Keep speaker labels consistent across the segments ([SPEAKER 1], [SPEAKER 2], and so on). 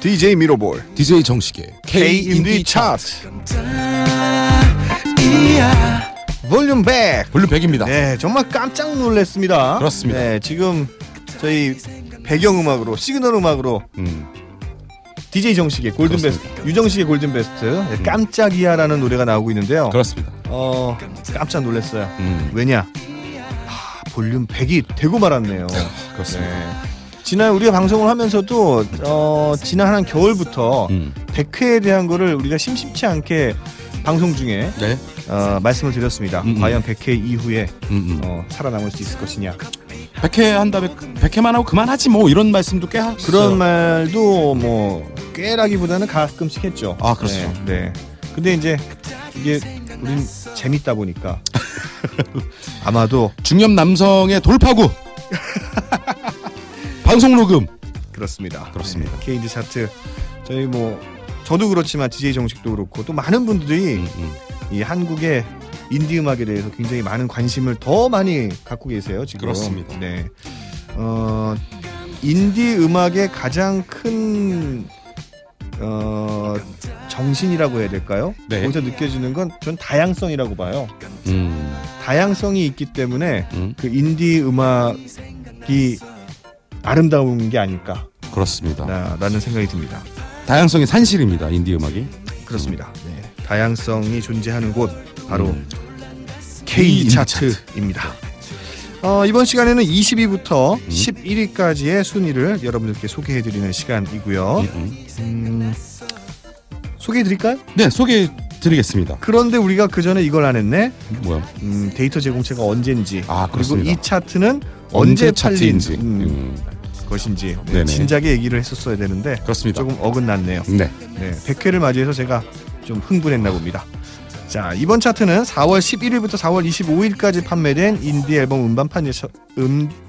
[SPEAKER 1] DJ 미로볼
[SPEAKER 2] DJ 정식의 K 인디 차트
[SPEAKER 1] 볼륨 백
[SPEAKER 2] 볼륨 100입니다.
[SPEAKER 1] 네 정말 깜짝 놀랐습니다
[SPEAKER 2] 그렇습니다.
[SPEAKER 1] 네 지금 저희 배경음악으로 시그널 음악으로 DJ 정식의 골든베스트 유정식의 골든베스트 네, 깜짝이야라는 노래가 나오고 있는데요
[SPEAKER 2] 음. 그렇습니다.
[SPEAKER 1] 어 깜짝 놀랐어요
[SPEAKER 2] 음,
[SPEAKER 1] 왜냐 하, 볼륨 100이 되고 말았네요 네.
[SPEAKER 2] 그렇습니다.
[SPEAKER 1] 지난 우리가 방송을 하면서도 어, 지난 한 겨울부터
[SPEAKER 2] 음.
[SPEAKER 1] 백회에 대한 거를 우리가 심심치 않게 방송 중에
[SPEAKER 2] 네.
[SPEAKER 1] 어, 말씀을 드렸습니다.
[SPEAKER 2] 음, 음.
[SPEAKER 1] 과연 백회 이후에
[SPEAKER 2] 음, 음.
[SPEAKER 1] 어, 살아남을 수 있을 것이냐
[SPEAKER 2] 백회한 다음에 백회만 하고 그만하지 뭐 이런 말씀도 꽤 하셨어요.
[SPEAKER 1] 그런 말도 뭐 꾀라기보다는 가끔씩 했죠.
[SPEAKER 2] 아, 그렇죠.
[SPEAKER 1] 네. 네. 근데 이제 이게 우린 재밌다 보니까 아마도
[SPEAKER 2] 중년 남성의 돌파구. 방송 녹음.
[SPEAKER 1] 그렇습니다.
[SPEAKER 2] 그렇습니다.
[SPEAKER 1] 네, 케이지 차트 저희 뭐 저도 그렇지만 DJ 정식도 그렇고 또 많은 분들이
[SPEAKER 2] 음, 음.
[SPEAKER 1] 이 한국의 인디 음악에 대해서 굉장히 많은 관심을 더 많이 갖고 계세요 지금.
[SPEAKER 2] 그렇습니다.
[SPEAKER 1] 네. 어 인디 음악의 가장 큰 어, 정신이라고 해야 될까요?
[SPEAKER 2] 네.
[SPEAKER 1] 거기서 느껴지는 건 전 다양성이라고 봐요.
[SPEAKER 2] 음,
[SPEAKER 1] 다양성이 있기 때문에
[SPEAKER 2] 음.
[SPEAKER 1] 그 인디 음악이 아름다운 게 아닐까라는
[SPEAKER 2] 음. 그렇습니다.
[SPEAKER 1] 네. 생각이 듭니다.
[SPEAKER 2] 다양성의 산실입니다. 인디 음악이.
[SPEAKER 1] 그렇습니다. 네. 다양성이 존재하는 곳 바로
[SPEAKER 2] 음.
[SPEAKER 1] K
[SPEAKER 2] K
[SPEAKER 1] 차트입니다. 음. 어, 이번 시간에는 20위부터 11위까지의 순위를 여러분들께 소개해드리는 시간이고요.
[SPEAKER 2] 음, 음.
[SPEAKER 1] 음, 소개해드릴까요?
[SPEAKER 2] 네, 소개해 드리겠습니다.
[SPEAKER 1] 그런데 우리가 그 전에 이걸 안 했네.
[SPEAKER 2] 뭐야?
[SPEAKER 1] 음, 데이터 제공체가 언젠지
[SPEAKER 2] 아,
[SPEAKER 1] 그리고
[SPEAKER 2] 그렇습니다.
[SPEAKER 1] 이 차트는 언제 팔린
[SPEAKER 2] 차트인지.
[SPEAKER 1] 음,
[SPEAKER 2] 음,
[SPEAKER 1] 것인지 네,
[SPEAKER 2] 네네.
[SPEAKER 1] 진작에 얘기를 했었어야 되는데
[SPEAKER 2] 그렇습니다.
[SPEAKER 1] 조금 어긋났네요.
[SPEAKER 2] 네.
[SPEAKER 1] 네, 100회를 맞이해서 제가 좀 흥분했나 봅니다. 자, 이번 차트는 4월 11일부터 4월 25일까지 판매된 인디 앨범 음반 판매 차, 음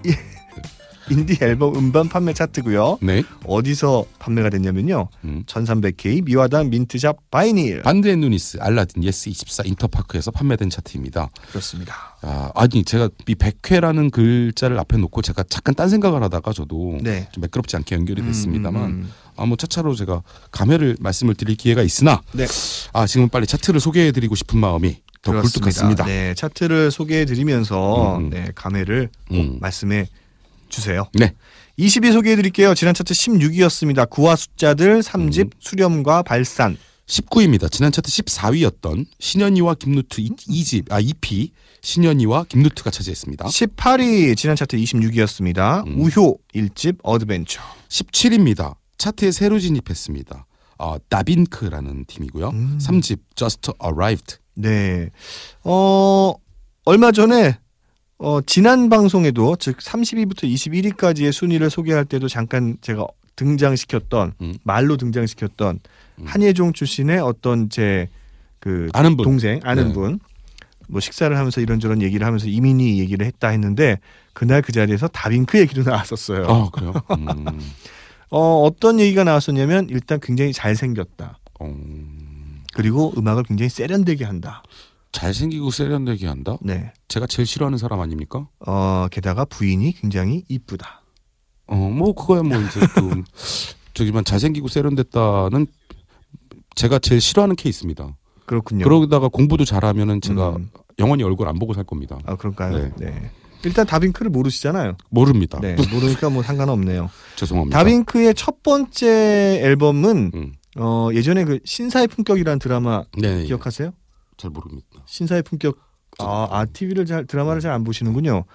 [SPEAKER 1] 인디 앨범 음반 판매 차트고요.
[SPEAKER 2] 네.
[SPEAKER 1] 어디서 판매가 됐냐면요.
[SPEAKER 2] 음.
[SPEAKER 1] 1300K 미화당 민트샵 바이닐.
[SPEAKER 2] 반드 앤 누니스, 알라딘, 예스 24 인터파크에서 판매된 차트입니다.
[SPEAKER 1] 그렇습니다.
[SPEAKER 2] 아, 아니 제가 이 백회라는 글자를 앞에 놓고 제가 잠깐 딴 생각을 하다가 저도
[SPEAKER 1] 네.
[SPEAKER 2] 좀 매끄럽지 않게 연결이
[SPEAKER 1] 음,
[SPEAKER 2] 됐습니다만
[SPEAKER 1] 음, 음.
[SPEAKER 2] 아 뭐 차차로 제가 감회를 말씀을 드릴 기회가 있으나
[SPEAKER 1] 네.
[SPEAKER 2] 아 지금 빨리 차트를 소개해드리고 싶은 마음이 더 굴뚝같습니다.
[SPEAKER 1] 네, 차트를 소개해 드리면서
[SPEAKER 2] 음, 음.
[SPEAKER 1] 네, 감회를 꼭
[SPEAKER 2] 음.
[SPEAKER 1] 말씀해 주세요.
[SPEAKER 2] 네.
[SPEAKER 1] 20위 소개해 드릴게요. 지난 차트 16위였습니다. 구화 숫자들 3집
[SPEAKER 2] 음.
[SPEAKER 1] 수렴과 발산.
[SPEAKER 2] 19위입니다. 지난 차트 14위였던 신현이와 김누트 이- 이집 아 EP 신현이와 김누트가 차지했습니다.
[SPEAKER 1] 18위 지난 차트 26위였습니다.
[SPEAKER 2] 음.
[SPEAKER 1] 우효 1집 어드벤처.
[SPEAKER 2] 17위입니다. 차트에 새로 진입했습니다. 어, 다빈크라는 팀이고요.
[SPEAKER 1] 음.
[SPEAKER 2] 삼 3집 Just Arrived.
[SPEAKER 1] 네. 어 얼마 전에 어 지난 방송에도 즉 30위부터 21위까지의 순위를 소개할 때도 잠깐 제가 등장시켰던
[SPEAKER 2] 음.
[SPEAKER 1] 말로 등장시켰던 한예종 출신의 어떤 제 그
[SPEAKER 2] 아는 분.
[SPEAKER 1] 동생 아는
[SPEAKER 2] 네.
[SPEAKER 1] 분. 뭐 식사를 하면서 이런저런 얘기를 하면서 이민희 얘기를 했다 했는데 그날 그 자리에서 다빈크 얘기도 나왔었어요.
[SPEAKER 2] 아 그래요? 음.
[SPEAKER 1] 어, 어떤 얘기가 나왔었냐면 일단 굉장히 잘생겼다.
[SPEAKER 2] 어,
[SPEAKER 1] 그리고 음악을 굉장히 세련되게 한다.
[SPEAKER 2] 잘생기고 세련되게 한다.
[SPEAKER 1] 네.
[SPEAKER 2] 제가 제일 싫어하는 사람 아닙니까?
[SPEAKER 1] 어, 게다가 부인이 굉장히 이쁘다.
[SPEAKER 2] 어 뭐 그거야 뭐 이제 그 저기만 잘생기고 세련됐다는 제가 제일 싫어하는 케이스입니다.
[SPEAKER 1] 그렇군요.
[SPEAKER 2] 그러다가 공부도 잘하면은 제가
[SPEAKER 1] 음.
[SPEAKER 2] 영원히 얼굴 안 보고 살 겁니다.
[SPEAKER 1] 아, 그런가요?
[SPEAKER 2] 네.
[SPEAKER 1] 네. 일단 다빈크를 모르시잖아요.
[SPEAKER 2] 모릅니다.
[SPEAKER 1] 네. 모르니까 뭐 상관없네요.
[SPEAKER 2] 죄송합니다.
[SPEAKER 1] 다빈크의 첫 번째 앨범은
[SPEAKER 2] 음.
[SPEAKER 1] 어, 예전에 그 신사의 품격이라는 드라마
[SPEAKER 2] 네, 네.
[SPEAKER 1] 기억하세요?
[SPEAKER 2] 잘 모릅니다.
[SPEAKER 1] 신사의 품격 아, 아 TV를 잘 드라마를 잘 안 보시는군요.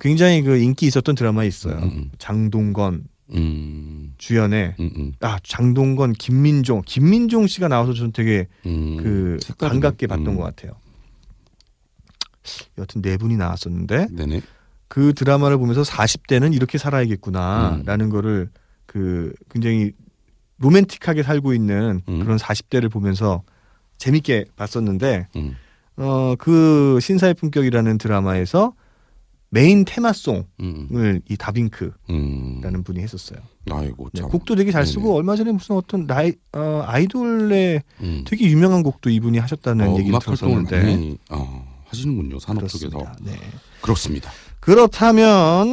[SPEAKER 1] 굉장히 그 인기 있었던 드라마 있어요.
[SPEAKER 2] 음.
[SPEAKER 1] 장동건
[SPEAKER 2] 음.
[SPEAKER 1] 주연의
[SPEAKER 2] 음. 음.
[SPEAKER 1] 아 장동건 김민종 김민종 씨가 나와서 저는 되게
[SPEAKER 2] 음.
[SPEAKER 1] 그
[SPEAKER 2] 색다르네.
[SPEAKER 1] 반갑게 봤던
[SPEAKER 2] 음.
[SPEAKER 1] 것 같아요. 여튼 네 분이 나왔었는데
[SPEAKER 2] 네네.
[SPEAKER 1] 그 드라마를 보면서 40대는 이렇게 살아야겠구나라는
[SPEAKER 2] 음.
[SPEAKER 1] 거를 그 굉장히 로맨틱하게 살고 있는
[SPEAKER 2] 음.
[SPEAKER 1] 그런 40대를 보면서 재밌게 봤었는데
[SPEAKER 2] 음.
[SPEAKER 1] 어 그 신사의 품격이라는 드라마에서 메인 테마송을
[SPEAKER 2] 음.
[SPEAKER 1] 이 다빈크라는
[SPEAKER 2] 음.
[SPEAKER 1] 분이 했었어요.
[SPEAKER 2] 아이고
[SPEAKER 1] 네,
[SPEAKER 2] 참.
[SPEAKER 1] 곡도 되게 잘 쓰고
[SPEAKER 2] 네네.
[SPEAKER 1] 얼마 전에 무슨 어떤 라이, 어, 아이돌의
[SPEAKER 2] 음.
[SPEAKER 1] 되게 유명한 곡도 이분이 하셨다는
[SPEAKER 2] 어,
[SPEAKER 1] 얘기를
[SPEAKER 2] 음악 활동을
[SPEAKER 1] 들었었는데
[SPEAKER 2] 많이 어, 하시는군요 산업 쪽에서
[SPEAKER 1] 네.
[SPEAKER 2] 그렇습니다.
[SPEAKER 1] 그렇다면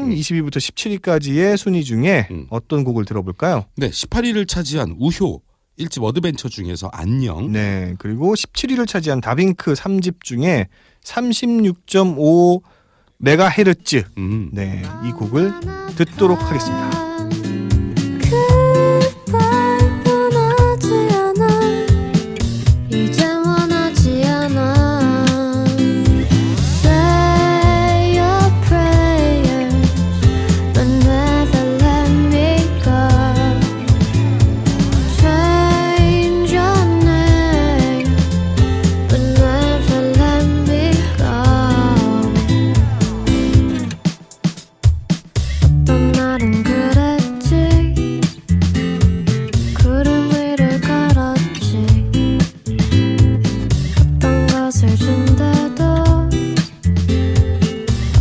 [SPEAKER 2] 음.
[SPEAKER 1] 20위부터 17위까지의 순위 중에
[SPEAKER 2] 음.
[SPEAKER 1] 어떤 곡을 들어볼까요?
[SPEAKER 2] 네, 18위를 차지한 우효 1집 어드벤처 중에서 안녕.
[SPEAKER 1] 네. 그리고 17위를 차지한 다빙크 3집 중에 36.5 메가헤르츠
[SPEAKER 2] 음.
[SPEAKER 1] 네, 이 곡을 듣도록 하겠습니다.
[SPEAKER 3] 그날 원하지 않아 이제 원하지 않아 Say your prayer but never let me go Change your name but never let me go 어떤 날은 그랬지 구름 위를 걸었지 어떤 것을 준대도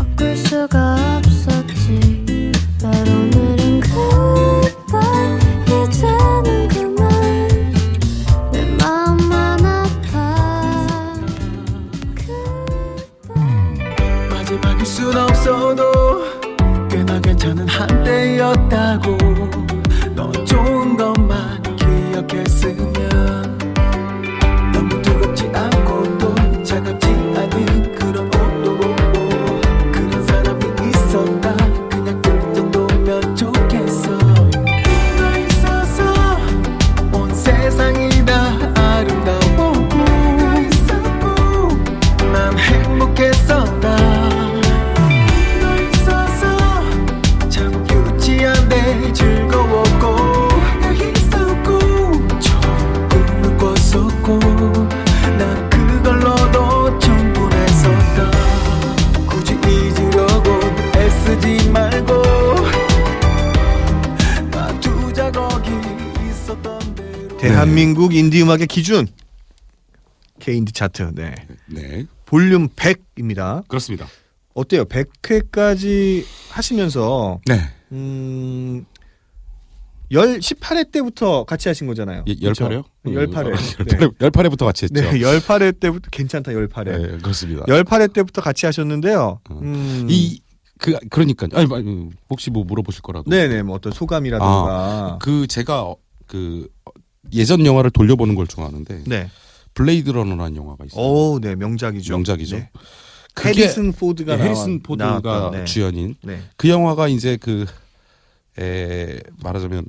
[SPEAKER 3] 바꿀 수가 없었지 날 오늘은 그만 이제는 그만 내 마음만 아파 그
[SPEAKER 4] 마지막일 순 없어도 꽤나 괜찮은 한때였다고 넌 좋은 것만 기억했으면 너무 두껍지 않고 또 차갑지 않은 그런 옷도 그런 사람이 있었다 그냥 그 정도면 좋겠어 네가 있어서 온 세상이 다 아름다웠고 네가 있었고 난 행복했었다 네가 있어서 참 유치한데 즐거웠고 네가 있었고 좋은 꿈을 꿨었고 난 그걸로도 충분했었다 굳이 잊으려고 애쓰지 말고 나 두 자국이 있었던 대로
[SPEAKER 1] 대한민국 인디 음악의 기준 K인디 차트. 네.
[SPEAKER 2] 네.
[SPEAKER 1] 볼륨 100입니다.
[SPEAKER 2] 그렇습니다.
[SPEAKER 1] 어때요? 100회까지 하시면서
[SPEAKER 2] 네.
[SPEAKER 1] 음, 열 18회 때부터 같이 하신 거잖아요.
[SPEAKER 2] 예, 18회요?
[SPEAKER 1] 18회. 네.
[SPEAKER 2] 18회, 18회부터 같이 했죠.
[SPEAKER 1] 네, 18회 때부터 괜찮다. 18회.
[SPEAKER 2] 네, 그렇습니다.
[SPEAKER 1] 열 18회 때부터 같이 하셨는데요. 음,
[SPEAKER 2] 이 그 그러니까 아니, 아니 혹시 뭐 물어보실 거라도.
[SPEAKER 1] 네네 뭐 어떤 소감이라든가
[SPEAKER 2] 그 제가 어, 그 어, 예전 영화를 돌려보는 걸 좋아하는데
[SPEAKER 1] 네.
[SPEAKER 2] 블레이드 러너라는 영화가 있어요.
[SPEAKER 1] 오, 네 명작이죠.
[SPEAKER 2] 명작이죠.
[SPEAKER 1] 네.
[SPEAKER 2] 그게 네,
[SPEAKER 1] 해리슨 포드가 나와-
[SPEAKER 2] 해리슨 포드가
[SPEAKER 1] 나왔던, 네.
[SPEAKER 2] 주연인
[SPEAKER 1] 네.
[SPEAKER 2] 그 영화가 이제 그 에, 말하자면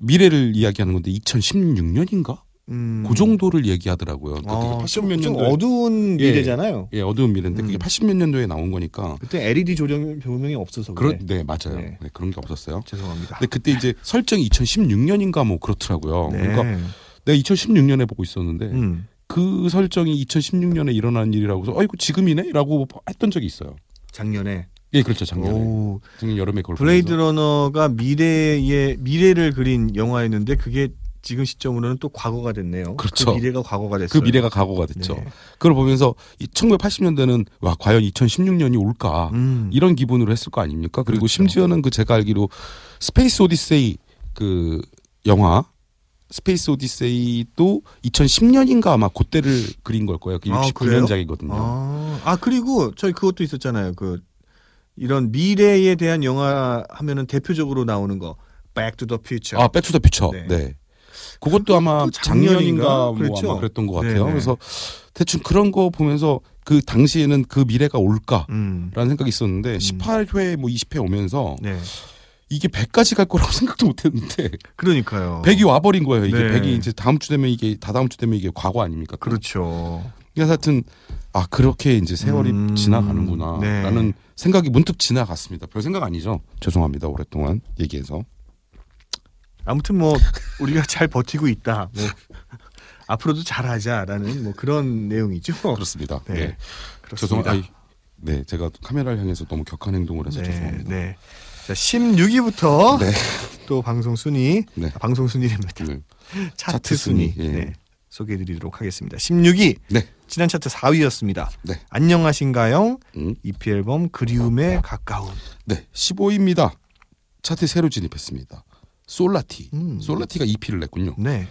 [SPEAKER 2] 미래를 이야기하는 건데 2016년인가?
[SPEAKER 1] 음.
[SPEAKER 2] 그 정도를 얘기하더라고요. 그러니까 그게
[SPEAKER 1] 아,
[SPEAKER 2] 80
[SPEAKER 1] 좀,
[SPEAKER 2] 몇
[SPEAKER 1] 좀
[SPEAKER 2] 년도에
[SPEAKER 1] 어두운
[SPEAKER 2] 예.
[SPEAKER 1] 미래잖아요.
[SPEAKER 2] 예, 어두운 미래인데 그게
[SPEAKER 1] 음.
[SPEAKER 2] 80몇 년도에 나온 거니까
[SPEAKER 1] 그때 LED 조명 조명이 없어서
[SPEAKER 2] 그런
[SPEAKER 1] 그래.
[SPEAKER 2] 네, 맞아요.
[SPEAKER 1] 네.
[SPEAKER 2] 네, 그런 게 없었어요.
[SPEAKER 1] 죄송합니다.
[SPEAKER 2] 근데 그때 이제 설정이 2016년인가 뭐 네. 그렇더라고요.
[SPEAKER 1] 네.
[SPEAKER 2] 그러니까 내가 2016년에 보고 있었는데
[SPEAKER 1] 음.
[SPEAKER 2] 그 설정이 2016년에 일어난 일이라고 해서 어이구 지금이네라고 했던 적이 있어요.
[SPEAKER 1] 작년에
[SPEAKER 2] 예, 그렇죠. 작년에.
[SPEAKER 1] 오,
[SPEAKER 2] 작년 여름에 그걸
[SPEAKER 1] 블레이드
[SPEAKER 2] 보면서.
[SPEAKER 1] 러너가 미래의 미래를 그린 영화였는데 그게 지금 시점으로는 또 과거가 됐네요.
[SPEAKER 2] 그렇죠.
[SPEAKER 1] 그 미래가 과거가
[SPEAKER 2] 그
[SPEAKER 1] 됐어요.
[SPEAKER 2] 미래가 과거가 됐죠.
[SPEAKER 1] 네.
[SPEAKER 2] 그걸 보면서 이 1980년대는 와 과연 2016년이 올까
[SPEAKER 1] 음.
[SPEAKER 2] 아, 이런 기분으로 했을 거 아닙니까? 그리고
[SPEAKER 1] 그렇죠.
[SPEAKER 2] 심지어는 그 제가 알기로 스페이스 오디세이 그 영화 스페이스 오디세이도 2010년인가 아마 그때를 그린 걸 거예요. 그
[SPEAKER 1] 아, 그래요?
[SPEAKER 2] 69년작이거든요.
[SPEAKER 1] 아, 아, 그리고 저희 그것도 있었잖아요. 그 이런 미래에 대한 영화 하면은 대표적으로 나오는 거 Back to the Future.
[SPEAKER 2] 아, 백투더 퓨처.
[SPEAKER 1] 네.
[SPEAKER 2] 네. 그것도 아마
[SPEAKER 1] 그것도 작년인가?
[SPEAKER 2] 작년인가
[SPEAKER 1] 그랬죠?
[SPEAKER 2] 뭐 아마 그랬던 것 같아요.
[SPEAKER 1] 네네.
[SPEAKER 2] 그래서 대충 그런 거 보면서 그 당시에는 그 미래가 올까라는
[SPEAKER 1] 음.
[SPEAKER 2] 생각이 있었는데 18회 뭐 20회 오면서
[SPEAKER 1] 네.
[SPEAKER 2] 이게 100까지 갈 거라고 생각도 못 했는데
[SPEAKER 1] 그러니까요.
[SPEAKER 2] 100이 와버린 거예요. 이게
[SPEAKER 1] 어. 네.
[SPEAKER 2] 100이 이제 다음 주 되면 이게 다다음 주 되면 이게 과거 아닙니까? 또.
[SPEAKER 1] 그렇죠.
[SPEAKER 2] 그래서 하여튼 아 그렇게 이제 세월이
[SPEAKER 1] 음, 네.
[SPEAKER 2] 지나가는구나라는 생각이 문득 지나갔습니다. 별 생각 아니죠? 죄송합니다. 오랫동안 얘기해서.
[SPEAKER 1] 아무튼 뭐 우리가 잘 버티고 있다. 뭐 앞으로도 잘하자라는 뭐 그런 내용이죠.
[SPEAKER 2] 그렇습니다.
[SPEAKER 1] 네,
[SPEAKER 2] 네.
[SPEAKER 1] 그렇습니다.
[SPEAKER 2] 죄송합니다. 아이, 네, 제가 카메라를 향해서 너무 격한 행동을 해서
[SPEAKER 1] 네, 어?
[SPEAKER 2] 죄송합니다.
[SPEAKER 1] 네. 자, 16위부터
[SPEAKER 2] 네.
[SPEAKER 1] 또 방송 순위,
[SPEAKER 2] 네.
[SPEAKER 1] 아, 방송 순위입니다.
[SPEAKER 2] 네.
[SPEAKER 1] 차트,
[SPEAKER 2] 차트
[SPEAKER 1] 순위
[SPEAKER 2] 순위, 예.
[SPEAKER 1] 네, 소개해드리도록 하겠습니다. 16위
[SPEAKER 2] 네.
[SPEAKER 1] 지난 차트 4위였습니다.
[SPEAKER 2] 네.
[SPEAKER 1] 안녕하신가요?
[SPEAKER 2] 음.
[SPEAKER 1] EP 앨범 그리움에 가까운.
[SPEAKER 2] 네, 15입니다. 차트 새로 진입했습니다. 솔라티.
[SPEAKER 1] 음.
[SPEAKER 2] 네. 솔라티가 EP를 냈군요.
[SPEAKER 1] 네.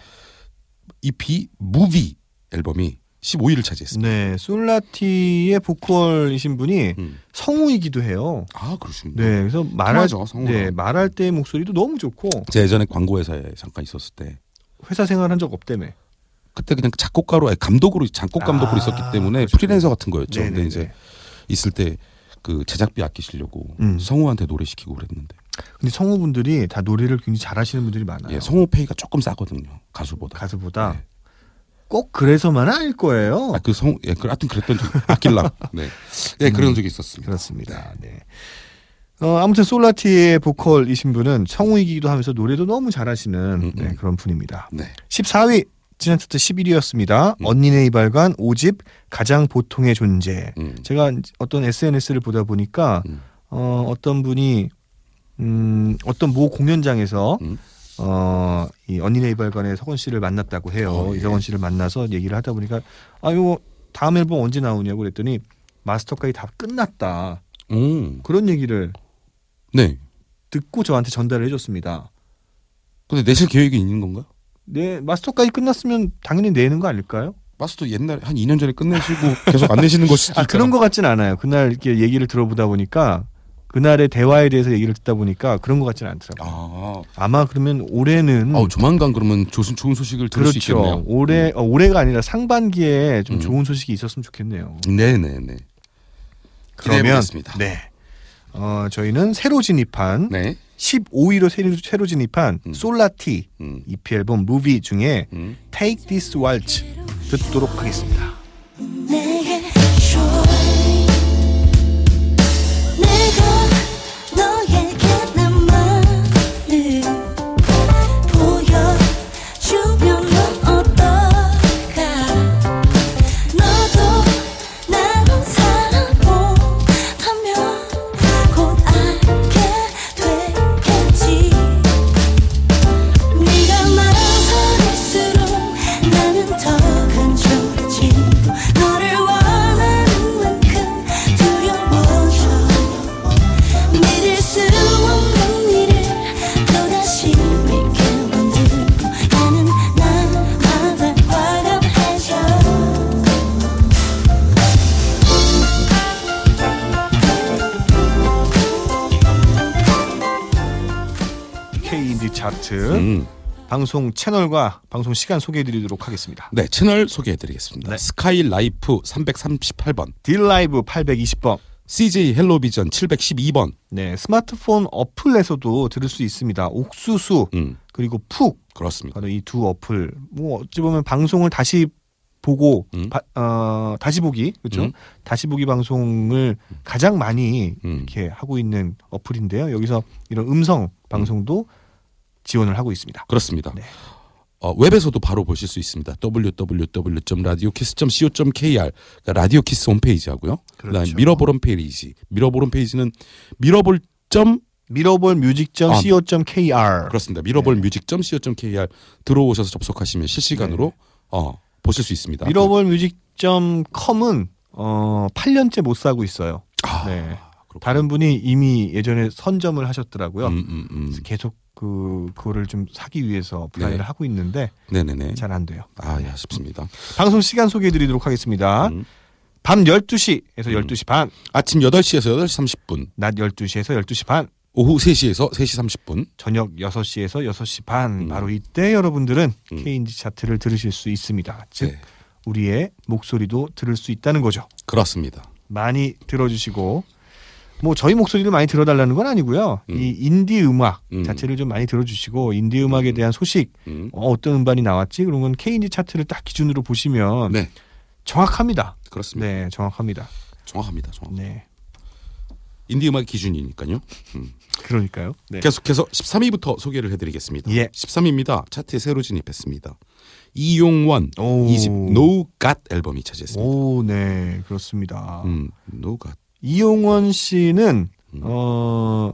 [SPEAKER 2] EP 무비 앨범이 15위를 차지했습니다.
[SPEAKER 1] 네, 솔라티의 보컬이신 분이
[SPEAKER 2] 음.
[SPEAKER 1] 성우이기도 해요.
[SPEAKER 2] 아 그러시군요.
[SPEAKER 1] 네, 그래서 말할
[SPEAKER 2] 통하죠 성우랑.
[SPEAKER 1] 네, 말할 때 목소리도 너무 좋고
[SPEAKER 2] 제가 예전에 광고회사에 잠깐 있었을 때
[SPEAKER 1] 회사 생활한 적 없다며.
[SPEAKER 2] 그때 그냥 작곡가로 아니, 감독으로 작곡 감독으로
[SPEAKER 1] 아,
[SPEAKER 2] 있었기 때문에
[SPEAKER 1] 그러시군요.
[SPEAKER 2] 프리랜서 같은 거였죠.
[SPEAKER 1] 네네네.
[SPEAKER 2] 근데 이제 있을 때 그 제작비 아끼시려고
[SPEAKER 1] 음.
[SPEAKER 2] 성우한테 노래 시키고 그랬는데
[SPEAKER 1] 근데 성우분들이 다 노래를 굉장히 잘하시는 분들이 많아요.
[SPEAKER 2] 예, 성우 페이가 조금 싸거든요 가수보다.
[SPEAKER 1] 가수보다
[SPEAKER 2] 네.
[SPEAKER 1] 꼭 그래서만 아닐 거예요.
[SPEAKER 2] 아그성 예, 그 하여튼 그랬던 적 아낄라. 네, 예 그런 적이 있었습니다. 아,
[SPEAKER 1] 그렇습니다. 네. 어, 아무튼 솔라티의 보컬이신 분은 성우이기도 하면서 노래도 너무 잘하시는
[SPEAKER 2] 음.
[SPEAKER 1] 네, 그런 분입니다.
[SPEAKER 2] 네,
[SPEAKER 1] 14위 지난 차트 11위였습니다.
[SPEAKER 2] 음.
[SPEAKER 1] 언니네 이발관 5집 가장 보통의 존재.
[SPEAKER 2] 음.
[SPEAKER 1] 제가 어떤 SNS를 보다 보니까
[SPEAKER 2] 음.
[SPEAKER 1] 어, 어떤 분이 음, 어떤 모 공연장에서
[SPEAKER 2] 음.
[SPEAKER 1] 어, 이 언니네 이발관의 서건 씨를 만났다고 해요.
[SPEAKER 2] 어, 예.
[SPEAKER 1] 이서건 씨를 만나서 얘기를 하다 보니까 아, 요 다음 앨범 언제 나오냐고 그랬더니 마스터까지 다 끝났다.
[SPEAKER 2] 오,
[SPEAKER 1] 그런 얘기를
[SPEAKER 2] 음. 네.
[SPEAKER 1] 듣고 저한테 전달을 해줬습니다.
[SPEAKER 2] 근데 내실 계획이 있는 건가요?
[SPEAKER 1] 네, 마스터까지 끝났으면 당연히 내는 거 아닐까요?
[SPEAKER 2] 마스터 옛날에 한 2년 전에 끝내시고 계속 안 내시는 것이
[SPEAKER 1] 아, 그런 것 같진 않아요. 그날 이렇게 얘기를 들어보다 보니까 그날의 대화에 대해서 얘기를 듣다 보니까 그런 것 같진 않더라고요.
[SPEAKER 2] 아,
[SPEAKER 1] 아마 그러면 올해는
[SPEAKER 2] 어, 조만간 그러면 좋은 좋은 소식을 들을 수 있겠네요.
[SPEAKER 1] 음. 올해 어, 올해가 아니라 상반기에 좀
[SPEAKER 2] 음.
[SPEAKER 1] 좋은 소식이 있었으면 좋겠네요.
[SPEAKER 2] 네, 네, 네. 기대해보겠습니다.
[SPEAKER 1] 네. 어, 저희는 새로 진입한
[SPEAKER 2] 네.
[SPEAKER 1] 15위로 새로, 새로 진입한
[SPEAKER 2] 음.
[SPEAKER 1] 솔라티
[SPEAKER 2] 음.
[SPEAKER 1] EP 앨범 무비 중에
[SPEAKER 2] 음.
[SPEAKER 1] Take This Waltz 듣도록 하겠습니다.
[SPEAKER 3] 내게 좋아해 내가 너에게 나만을 보여주면 넌 어떨까 너도 나랑 살아보다면 곧 알게 되겠지 네가 말아서일수록 나는 더 간절해지고 너를 원하는 만큼 두려워져 믿을 수 없는 일을 또다시 믿게 만들고 나는 나마다 과감해져
[SPEAKER 1] KD 차트
[SPEAKER 2] 음.
[SPEAKER 1] 방송 채널과 방송 시간 소개해드리도록 하겠습니다.
[SPEAKER 2] 네, 채널 소개해드리겠습니다.
[SPEAKER 1] 네.
[SPEAKER 2] 스카이 라이프 338번,
[SPEAKER 1] 딜라이브 820번.
[SPEAKER 2] CJ 헬로비전 712번,
[SPEAKER 1] 네, 스마트폰 어플에서도 들을 수 있습니다. 옥수수
[SPEAKER 2] 음,
[SPEAKER 1] 그리고 푹
[SPEAKER 2] 그렇습니다.
[SPEAKER 1] 바로 그러니까 이 두 어플 뭐 어찌 보면 방송을 다시 보고
[SPEAKER 2] 음.
[SPEAKER 1] 바- 어, 다시 보기 그렇죠
[SPEAKER 2] 음.
[SPEAKER 1] 다시 보기 방송을 가장 많이
[SPEAKER 2] 음,
[SPEAKER 1] 이렇게 하고 있는 어플인데요 여기서 이런 음성 방송도 지원을 하고 있습니다
[SPEAKER 2] 그렇습니다.
[SPEAKER 1] 네.
[SPEAKER 2] 어, 웹에서도 바로 보실 수 있습니다. www.radiokiss.co.kr 그러니까 라디오키스 홈페이지하고요. 그다음에
[SPEAKER 1] 그렇죠.
[SPEAKER 2] 미러볼 홈페이지. 미러볼 홈페이지는 미러볼 점
[SPEAKER 1] 미러볼 뮤직점
[SPEAKER 2] 아,
[SPEAKER 1] co.kr
[SPEAKER 2] 그렇습니다. 미러볼
[SPEAKER 1] 네.
[SPEAKER 2] 뮤직 점 co 점 kr 들어오셔서 접속하시면 실시간으로 어, 보실 수 있습니다.
[SPEAKER 1] 네. 미러볼 뮤직점 com은 어 8년째 못 사고 있어요
[SPEAKER 2] 아,
[SPEAKER 1] 네.
[SPEAKER 2] 그렇군요.
[SPEAKER 1] 다른 분이 이미 예전에 선점을 하셨더라고요
[SPEAKER 2] 음, 음, 음.
[SPEAKER 1] 그래서 계속 그 그거를 좀 사기 위해서 플라이를
[SPEAKER 2] 네.
[SPEAKER 1] 하고 있는데
[SPEAKER 2] 네네네.
[SPEAKER 1] 잘 안 돼요.
[SPEAKER 2] 아, 예, 아쉽습니다.
[SPEAKER 1] 방송 시간 소개해 드리도록 하겠습니다.
[SPEAKER 2] 음.
[SPEAKER 1] 밤 12시에서
[SPEAKER 2] 음.
[SPEAKER 1] 12시 반,
[SPEAKER 2] 아침 8시에서 8시 30분,
[SPEAKER 1] 낮 12시에서 12시 반,
[SPEAKER 2] 오후 3시에서 3시 30분.
[SPEAKER 1] 저녁 6시에서 6시 반
[SPEAKER 2] 음.
[SPEAKER 1] 바로 이때 여러분들은
[SPEAKER 2] 음.
[SPEAKER 1] K인지 차트를 들으실 수 있습니다. 즉
[SPEAKER 2] 네.
[SPEAKER 1] 우리의 목소리도 들을 수 있다는 거죠.
[SPEAKER 2] 그렇습니다.
[SPEAKER 1] 많이 들어주시고 뭐 저희 목소리를 많이 들어달라는 건 아니고요.
[SPEAKER 2] 음.
[SPEAKER 1] 이 인디 음악
[SPEAKER 2] 음.
[SPEAKER 1] 자체를 좀 많이 들어주시고 인디 음악에 대한 소식
[SPEAKER 2] 음.
[SPEAKER 1] 어, 어떤 음반이 나왔지 그런 건 K인지 차트를 딱 기준으로 보시면
[SPEAKER 2] 네.
[SPEAKER 1] 정확합니다.
[SPEAKER 2] 그렇습니다.
[SPEAKER 1] 네, 정확합니다.
[SPEAKER 2] 정확합니다. 정확.
[SPEAKER 1] 네,
[SPEAKER 2] 인디 음악 기준이니까요.
[SPEAKER 1] 그러니까요. 네.
[SPEAKER 2] 계속해서 13위부터 소개를 해드리겠습니다.
[SPEAKER 1] 예.
[SPEAKER 2] 13위입니다. 차트에 새로 진입했습니다. 이용원
[SPEAKER 1] 오.
[SPEAKER 2] 이집 No God 앨범이 차지했습니다.
[SPEAKER 1] 오, 네, 그렇습니다.
[SPEAKER 2] 음, No God.
[SPEAKER 1] 이용원 씨는
[SPEAKER 2] 음.
[SPEAKER 1] 어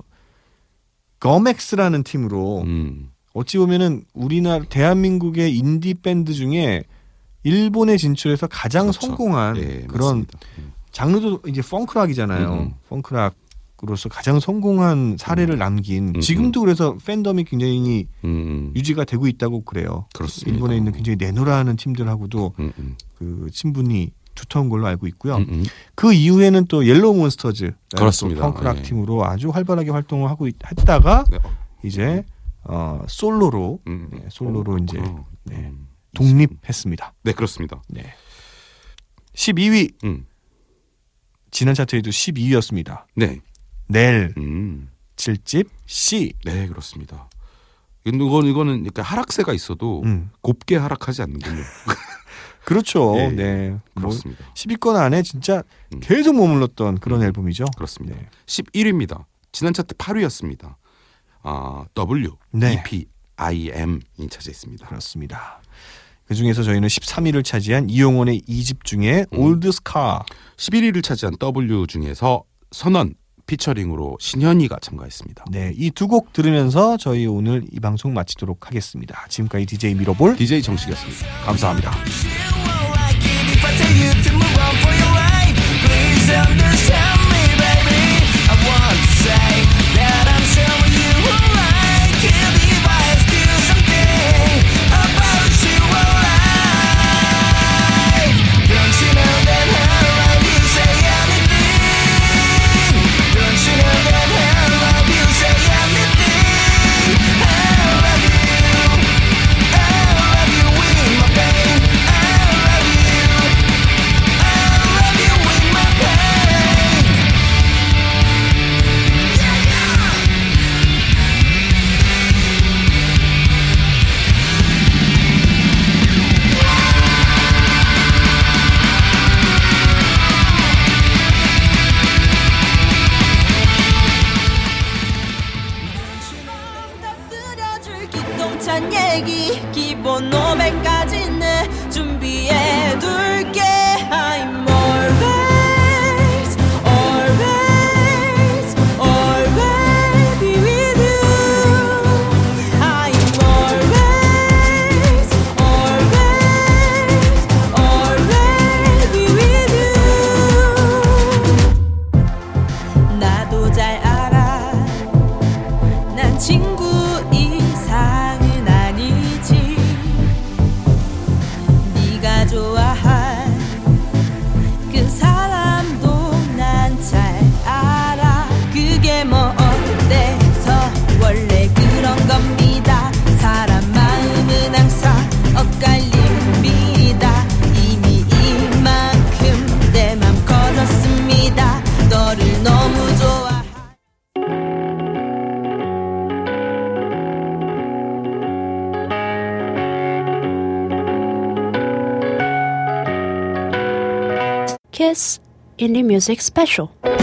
[SPEAKER 1] 거맥스라는 팀으로
[SPEAKER 2] 음,
[SPEAKER 1] 어찌 보면은 우리나라 대한민국의 인디 밴드 중에 일본에 진출해서 가장
[SPEAKER 2] 그렇죠.
[SPEAKER 1] 성공한
[SPEAKER 2] 예,
[SPEAKER 1] 그런
[SPEAKER 2] 맞습니다. 음,
[SPEAKER 1] 장르도 이제 펑크락이잖아요.
[SPEAKER 2] 음, 음.
[SPEAKER 1] 펑크락으로서 가장 성공한 사례를 남긴
[SPEAKER 2] 음,
[SPEAKER 1] 지금도 그래서 팬덤이 굉장히
[SPEAKER 2] 음, 음,
[SPEAKER 1] 유지가 되고 있다고 그래요.
[SPEAKER 2] 그렇습니다.
[SPEAKER 1] 일본에 있는 굉장히 내노라하는 팀들하고도
[SPEAKER 2] 음, 음,
[SPEAKER 1] 그 친분이 두터운 걸로 알고 있고요.
[SPEAKER 2] 음, 음.
[SPEAKER 1] 그 이후에는 또 네, 옐로우 몬스터즈
[SPEAKER 2] 그렇습니다.
[SPEAKER 1] 펑크락
[SPEAKER 2] 예.
[SPEAKER 1] 팀으로 아주 활발하게 활동을 하고 있- 했다가
[SPEAKER 2] 네, 어,
[SPEAKER 1] 이제 어, 솔로로
[SPEAKER 2] 음,
[SPEAKER 1] 네, 솔로로 이제
[SPEAKER 2] 그렇구나.
[SPEAKER 1] 네,
[SPEAKER 2] 음.
[SPEAKER 1] 독립했습니다.
[SPEAKER 2] 네 그렇습니다.
[SPEAKER 1] 네. 12위
[SPEAKER 2] 음.
[SPEAKER 1] 지난 차트에도 12위였습니다.
[SPEAKER 2] 네.
[SPEAKER 1] 넬
[SPEAKER 2] 음.
[SPEAKER 1] 7집 C.
[SPEAKER 2] 네 그렇습니다. 이건 이거는 그러니까 하락세가 있어도
[SPEAKER 1] 음. 뭐?
[SPEAKER 2] 곱게 하락하지 않는군요.
[SPEAKER 1] 그렇죠.
[SPEAKER 2] 예, 예.
[SPEAKER 1] 네. 뭐
[SPEAKER 2] 그렇습니다.
[SPEAKER 1] 10위권 안에 진짜
[SPEAKER 2] 음.
[SPEAKER 1] 계속 머물렀던 그런 앨범이죠.
[SPEAKER 2] 그렇습니다.
[SPEAKER 1] 네.
[SPEAKER 2] 11위입니다. 지난 차트 8위였습니다. 아 W
[SPEAKER 1] 네.
[SPEAKER 2] E P I M 이 차지했습니다.
[SPEAKER 1] 그렇습니다. 그 중에서 저희는 13위를 차지한 이용원의 2집 중에
[SPEAKER 2] 음.
[SPEAKER 1] 올드 스카.
[SPEAKER 2] 11위를 차지한 W 중에서 선언 피처링으로 신현이가 참가했습니다.
[SPEAKER 1] 네, 이 두 곡 들으면서 저희 오늘 이 방송 마치도록 하겠습니다. 지금까지 DJ 미러볼
[SPEAKER 2] DJ 정식이었습니다. 감사합니다.
[SPEAKER 5] 려줄 기똥찬 얘기 기본 500까지는 준비해둘게 I'm always always always be with you I'm always always always be with you 나도 잘 알아 난 친구 이상은 아니지 네가 좋아할 그 사람도 난 잘 알아 그게 뭐 어때서 원래 그런 겁니다 사람 마음은 항상 엇갈립니다 이미 이만큼 내 맘 커졌습니다 너를 너무 좋아
[SPEAKER 6] Kiss Indie Music Special.